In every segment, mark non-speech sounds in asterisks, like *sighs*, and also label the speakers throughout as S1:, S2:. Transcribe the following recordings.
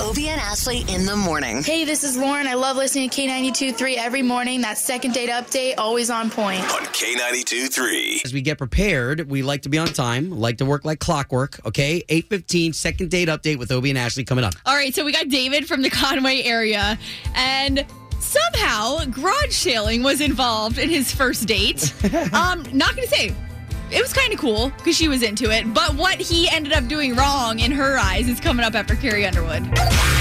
S1: Obie and Ashley in the morning.
S2: Hey, this is Lauren. I love listening to K92 3 every morning. That second date update, always on point.
S3: on K92 3.
S4: As we get prepared, we like to be on time, like to work like clockwork, okay? 8.15, second date update with Obie and Ashley coming up.
S5: All right, so we got David from the Conway area, and somehow garage sailing was involved in his first
S6: *laughs*
S5: date. um, not gonna say. It was kind of cool because she was into it, but what he ended up doing wrong in her eyes is coming up after Carrie Underwood.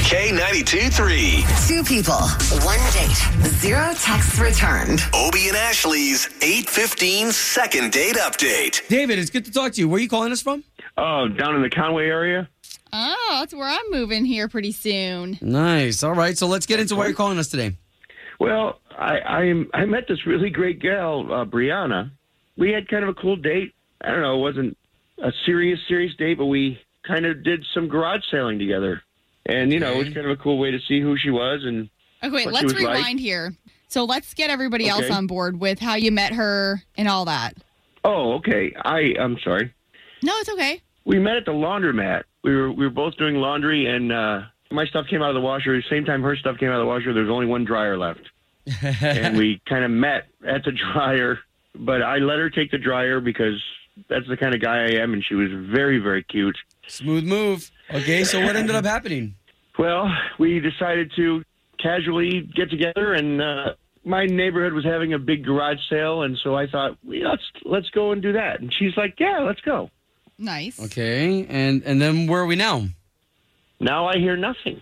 S3: K92 3.
S1: Two people, one date, zero texts returned.
S3: Obie and Ashley's 815 second date update.
S4: David, it's good to talk to you. Where are you calling us from?
S6: Oh, down in the Conway area?
S5: Oh, that's where I'm moving here pretty soon.
S4: Nice. All right, so let's get into why you're calling us today.
S6: Well, I I, I met this really great gal, uh, Brianna. We had kind of a cool date. I don't know, it wasn't a serious serious date, but we kind of did some garage sailing together. And you know, it was kind of a cool way to see who she was and
S5: Okay,
S6: What she
S5: let's
S6: was like.
S5: rewind here. So let's get everybody else
S6: Okay.
S5: on board with how you met her and all that.
S6: oh, okay. I I'm sorry.
S5: No, it's okay.
S6: We met at the laundromat. We were we were both doing laundry and uh my stuff came out of the washer. Same time her stuff came out of the washer, there was only one
S4: *laughs*
S6: dryer left. and we kind of met at the dryer. But I let her take the dryer because that's the kind of guy I am, and she was very, very cute.
S4: Smooth move. Okay, so what ended up happening?
S6: Well, we decided to casually get together, and uh, my neighborhood was having a big garage sale, and so I thought, "We- let's let's go and do that. And she's like, yeah, let's go.
S5: Nice.
S4: Okay, and and then where are we now?
S6: Now I hear nothing.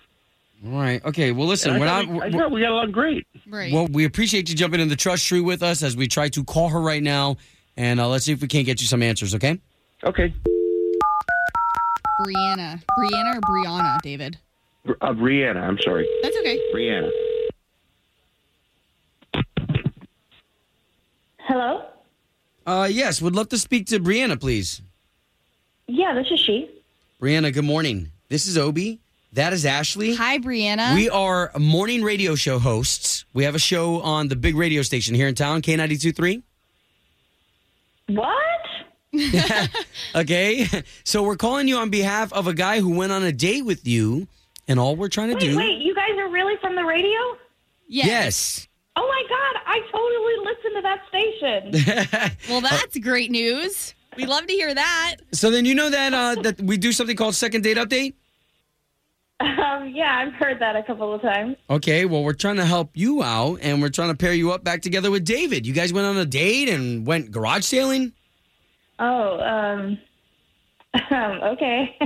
S4: All right. Okay. Well,
S6: And
S4: listen.
S6: I,
S4: We're
S6: thought
S4: not.
S6: we, I
S4: we're-
S6: thought we got along great.
S5: Right.
S4: well, we appreciate you jumping in the trust tree with us as we try to call her right now, and uh, let's see if we can't get you some answers. Okay.
S6: Okay,
S5: Brianna. Brianna or Brianna, David?
S6: Br- uh, Brianna, I'm sorry,
S5: That's okay.
S6: Brianna.
S7: Hello?
S4: Uh, yes. Would love to speak to Brianna, please.
S7: Yeah, this is she.
S4: Brianna. Good morning. This is Obi. That is Ashley.
S5: Hi, Brianna.
S4: We are morning radio show hosts. We have a show on the big radio station here in town, K 923
S7: What?
S4: Okay. *laughs* So we're calling you on behalf of a guy who went on a date with you, and all we're trying to
S7: Wait,
S4: do.
S7: wait, you guys are really from the radio?
S5: yes.
S4: Yes.
S7: Oh my god, I totally listen to that station.
S5: Well, that's great news. We love to hear that.
S4: So then you know that uh, that we do something called second date update.
S7: um, yeah, I've heard that a couple of times.
S4: Okay, well we're trying to help you out, and we're trying to pair you up back together with David. You guys went on a date and went garage sailing.
S7: Oh, um, um okay.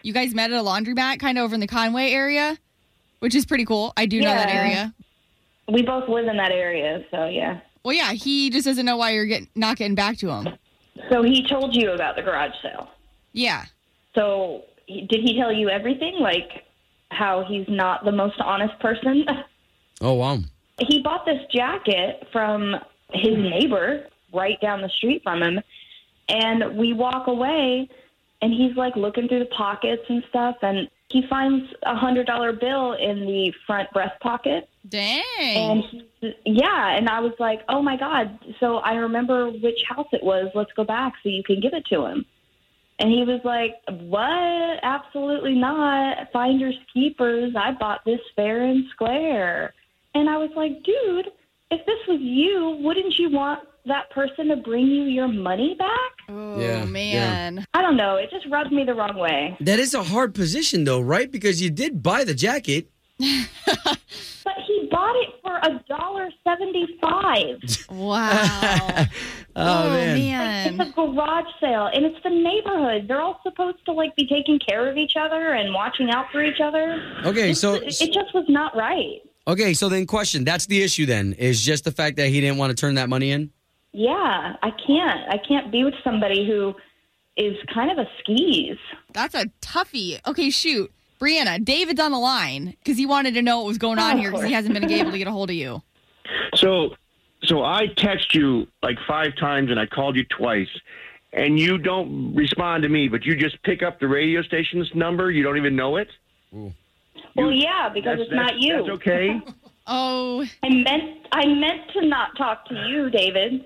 S7: *laughs*
S5: You guys met at a laundromat kind of over in the Conway area, which is pretty cool. I do know that
S7: Yeah.
S5: area.
S7: we both live in that area, so yeah.
S5: Well, yeah, he just doesn't know why you're get, not getting back to him.
S7: So he told you about the garage sale.
S5: Yeah.
S7: So he- did he tell you everything? Like how he's not the most honest person? *laughs*
S4: Oh wow!
S7: he bought this jacket from his neighbor right down the street from him and we walk away and he's like looking through the pockets and stuff and he finds a hundred dollar bill in the front breast pocket and
S5: Dang.
S7: he, yeah and i was like oh my god so i remember which house it was let's go back so you can give it to him and he was like what absolutely not finders keepers i bought this fair and square and i was like dude if this was you wouldn't you want that person to bring you your money back
S5: oh,
S4: Yeah, yeah.
S7: *laughs*
S5: man.
S7: i don't know it just rubbed me the wrong way
S4: That is a hard position though, right? Because you did buy the jacket.
S7: but he bought it for a dollar seventy five
S5: Wow.
S4: Oh, man.
S7: It's a garage sale, and it's the neighborhood. They're all supposed to like be taking care of each other and watching out for each other.
S4: Okay,
S7: It's-
S4: so
S7: *laughs* it just was not right.
S4: okay, so then question. That's the issue then is just the fact that he didn't want to turn that money in.
S7: Yeah, I can't. I can't be with somebody who is kind of a skis.
S5: That's a toughie. Okay, shoot. Brianna, David's on the line because he wanted to know what was going on here because he hasn't been able to get a hold of you.
S6: So, so I text you like five times and I called you twice, and you don't respond to me, but you just pick up the radio station's number. You don't even know it.
S7: Well, yeah, because it's not you.
S6: That's
S7: *laughs*
S6: okay.
S5: Oh,
S7: I meant I meant to not talk to you, David.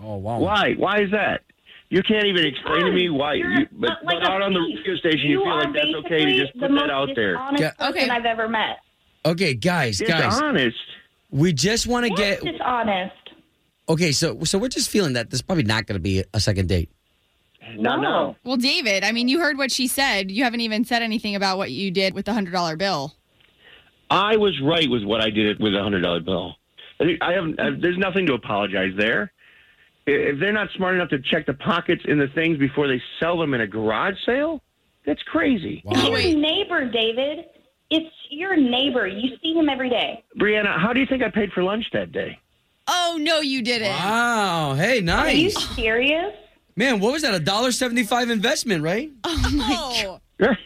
S4: Oh wow!
S6: Why? Why is that? You can't even explain to me why.
S7: You're
S6: You,
S7: a- uh,
S6: but
S7: like
S6: but
S7: a
S6: out on the
S7: thief.
S6: radio station, you, feel
S7: are
S6: like that's okay to
S7: basically
S6: just
S7: the
S6: put that
S7: most
S6: out there.
S7: dishonest
S4: Yeah.
S7: person
S5: Okay.
S7: I've ever met.
S4: Okay, guys, guys,
S6: Dishonest.
S4: we just want to
S7: Yes,
S4: get.
S7: dishonest.
S4: Okay, so so we're just feeling that there's probably not going to be a second date.
S6: No, no.
S5: Well, David, I mean, you heard what she said. You haven't even said anything about what you did with the $100 bill.
S6: I was right with what I did with a hundred dollar bill. I think- I haven't. I, there's nothing to apologize there. I- If they're not smart enough to check the pockets in the things before they sell them in a garage sale, that's crazy.
S7: *laughs*
S4: Wow.
S7: Your neighbor, David. It's your neighbor. You see him every day.
S6: Brianna, how do you think I paid for lunch that day? *laughs*
S5: Oh, no, you didn't.
S4: Wow. Hey,
S7: Are
S6: *sighs*
S7: you
S4: nice.
S7: serious?
S4: Man, what was that? A dollar seventy-five investment, right?
S5: Oh, my God.
S6: That's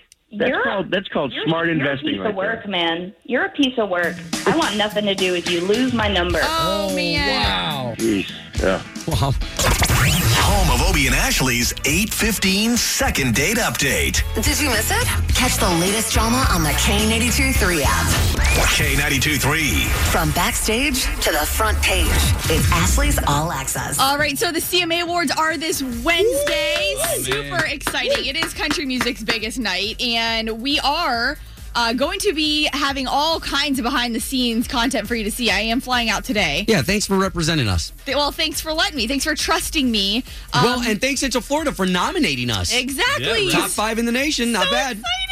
S7: You're-
S6: called that's called
S7: You're,
S6: smart
S7: you're
S6: investing.
S7: a piece
S6: right
S7: of work,
S6: there.
S7: man. You're a piece of work. I want nothing to do with you. Lose my number.
S5: Oh, man.
S4: Wow.
S6: Jeez. Yeah.
S4: Wow.
S3: Home of Obie and Ashley's 815 second date update.
S1: Did you miss it? Catch the latest drama on the K82 3 app.
S3: K92 3.
S1: From backstage to the front page, it's Ashley's All Access.
S5: All right, so the CMA Awards are this Wednesday. Super exciting. It is country music's biggest night, and we are uh, going to be having all kinds of behind the scenes content for you to see. I am flying out today.
S4: Yeah. Thanks for representing us.
S5: Th- Well, thanks for letting me. Thanks for trusting me. Um,
S4: Well, and thanks Central Florida for nominating us.
S5: exactly.
S4: Top five in the nation. Not
S5: so
S4: bad.
S5: exciting.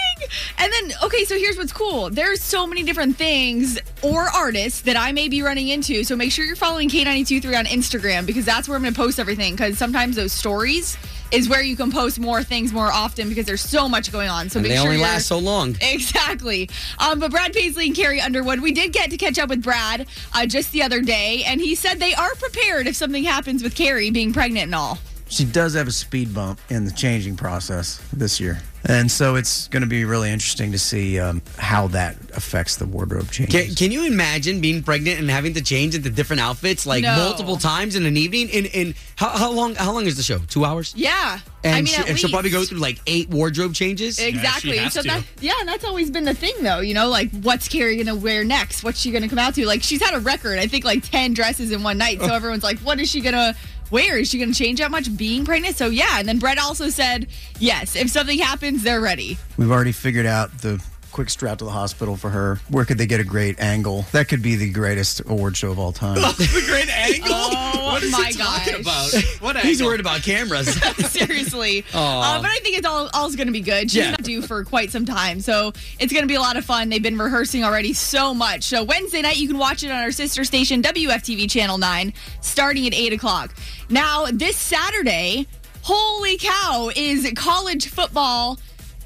S5: And then, okay, so here's what's cool. There's so many different things or artists that I may be running into. So make sure you're following K923 on Instagram because that's where I'm going to post everything. Because sometimes those stories is where you can post more things more often because there's so much going on. So
S4: And
S5: make
S4: they
S5: sure
S4: only
S5: you're-
S4: last so long.
S5: *laughs* Exactly. Um, but Brad Paisley and Carrie Underwood, we did get to catch up with Brad uh, just the other day, and he said they are prepared if something happens with Carrie being pregnant and all.
S8: She does have a speed bump in the changing process this year. And so it's going to be really interesting to see um, how that affects the wardrobe change.
S4: Can, can you imagine being pregnant and having to change into different outfits like
S5: No.
S4: multiple times in an evening? In in how, how long? How long is the show? Two hours.
S5: Yeah.
S4: And,
S5: I mean,
S4: she,
S5: at
S4: and she'll probably go
S5: least.
S4: through like eight wardrobe changes.
S5: Exactly.
S9: has
S5: so
S9: to.
S5: that yeah, and that's always been the thing though, you know, like what's Carrie gonna wear next? What's she gonna come out to? Like she's had a record, I think like ten dresses in one
S9: Oh.
S5: night. So everyone's like, what is she gonna wear? Is she gonna change that much being pregnant? So yeah, and then Brett also said, Yes, if something happens, they're ready.
S8: We've already figured out the quick strap to the hospital for her. Where could they get a great angle? That could be the greatest award show of all
S4: *laughs*
S8: time.
S9: the great angle.
S5: Oh,
S9: what is
S5: my
S9: he talking
S5: gosh.
S9: about? What angle?
S4: *laughs* He's worried about cameras.
S5: *laughs* Seriously. Uh, but I think it's all all's going to be good. She's
S4: Yeah.
S5: not due for quite some time. So it's going to be a lot of fun. They've been rehearsing already so much. So Wednesday night, you can watch it on our sister station, WFTV Channel 9, starting at 8 o'clock. Now, this Saturday, holy cow, is college football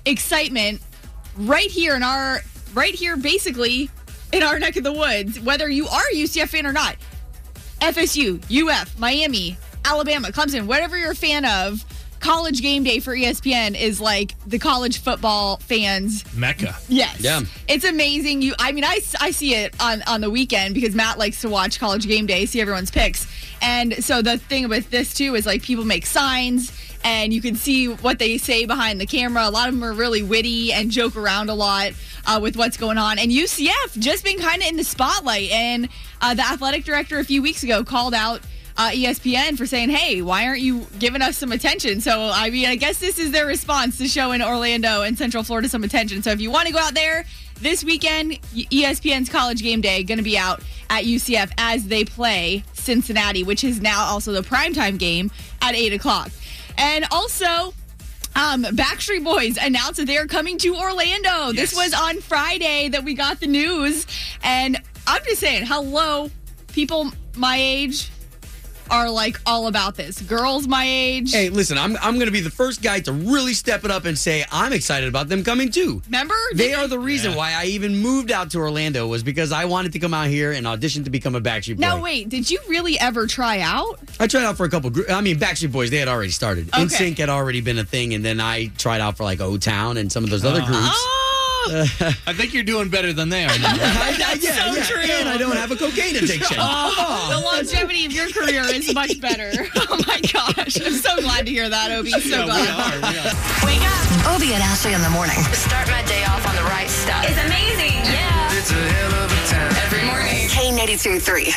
S5: excitement right here in our, right here basically in our neck of the woods, whether you are a UCF fan or not. FSU, UF, Miami, Alabama, Clemson, whatever you're a fan of, college game day for E ESPN is like the college football fans.
S9: *laughs* Mecca.
S5: Yes.
S4: Yeah.
S5: It's amazing. You I mean I, s- I see it on on the weekend because Matt likes to watch college game day, see everyone's picks. And so the thing with this too is like people make signs and you can see what they say behind the camera. A lot of them are really witty and joke around a lot uh, with what's going on. And UCF just been kind of in the spotlight. And uh, the athletic director a few weeks ago called out uh, ESPN for saying, "Hey, why aren't you giving us some attention?" So, I mean, I guess this is their response to showing Orlando and Central Florida some attention. So, if you want to go out there this weekend, E- ESPN's College Game Day going to be out at UCF as they play Cincinnati, which is now also the primetime game at eight o'clock. And also, um, Backstreet Boys announced that they are coming to Orlando. This was on Friday that we got the news. And I'm just saying, hello, people my age are like all about this. Girls my age.
S4: hey, listen, I'm I'm gonna be the first guy to really step it up and say I'm excited about them coming too.
S5: Remember?
S4: They are the reason why I even moved out to Orlando was because I wanted to come out here and audition to become a Backstreet Boy.
S5: now, wait, did you really ever try out?
S4: I tried out for a couple. Gr- I mean, Backstreet Boys they had already started.
S5: Okay.
S4: NSYNC had already been a thing, and then I tried out for like O Town and some of those other groups.
S5: Oh,
S4: Uh,
S9: I think you're doing better than they are now.
S4: I- I- *laughs* yeah,
S5: so
S4: yeah.
S5: true. Oh.
S4: And I don't have a cocaine
S5: *laughs*
S4: addiction. *laughs*
S5: the longevity of your career is much better. oh my gosh. I'm so glad to hear that, Obi. So glad.
S9: we are. We are.
S5: Wake up.
S1: Obie and Ashley in the morning.
S10: Start my day off on the right stuff. It's amazing. Yeah. It's a hell of a time. Every morning.
S1: K82 3.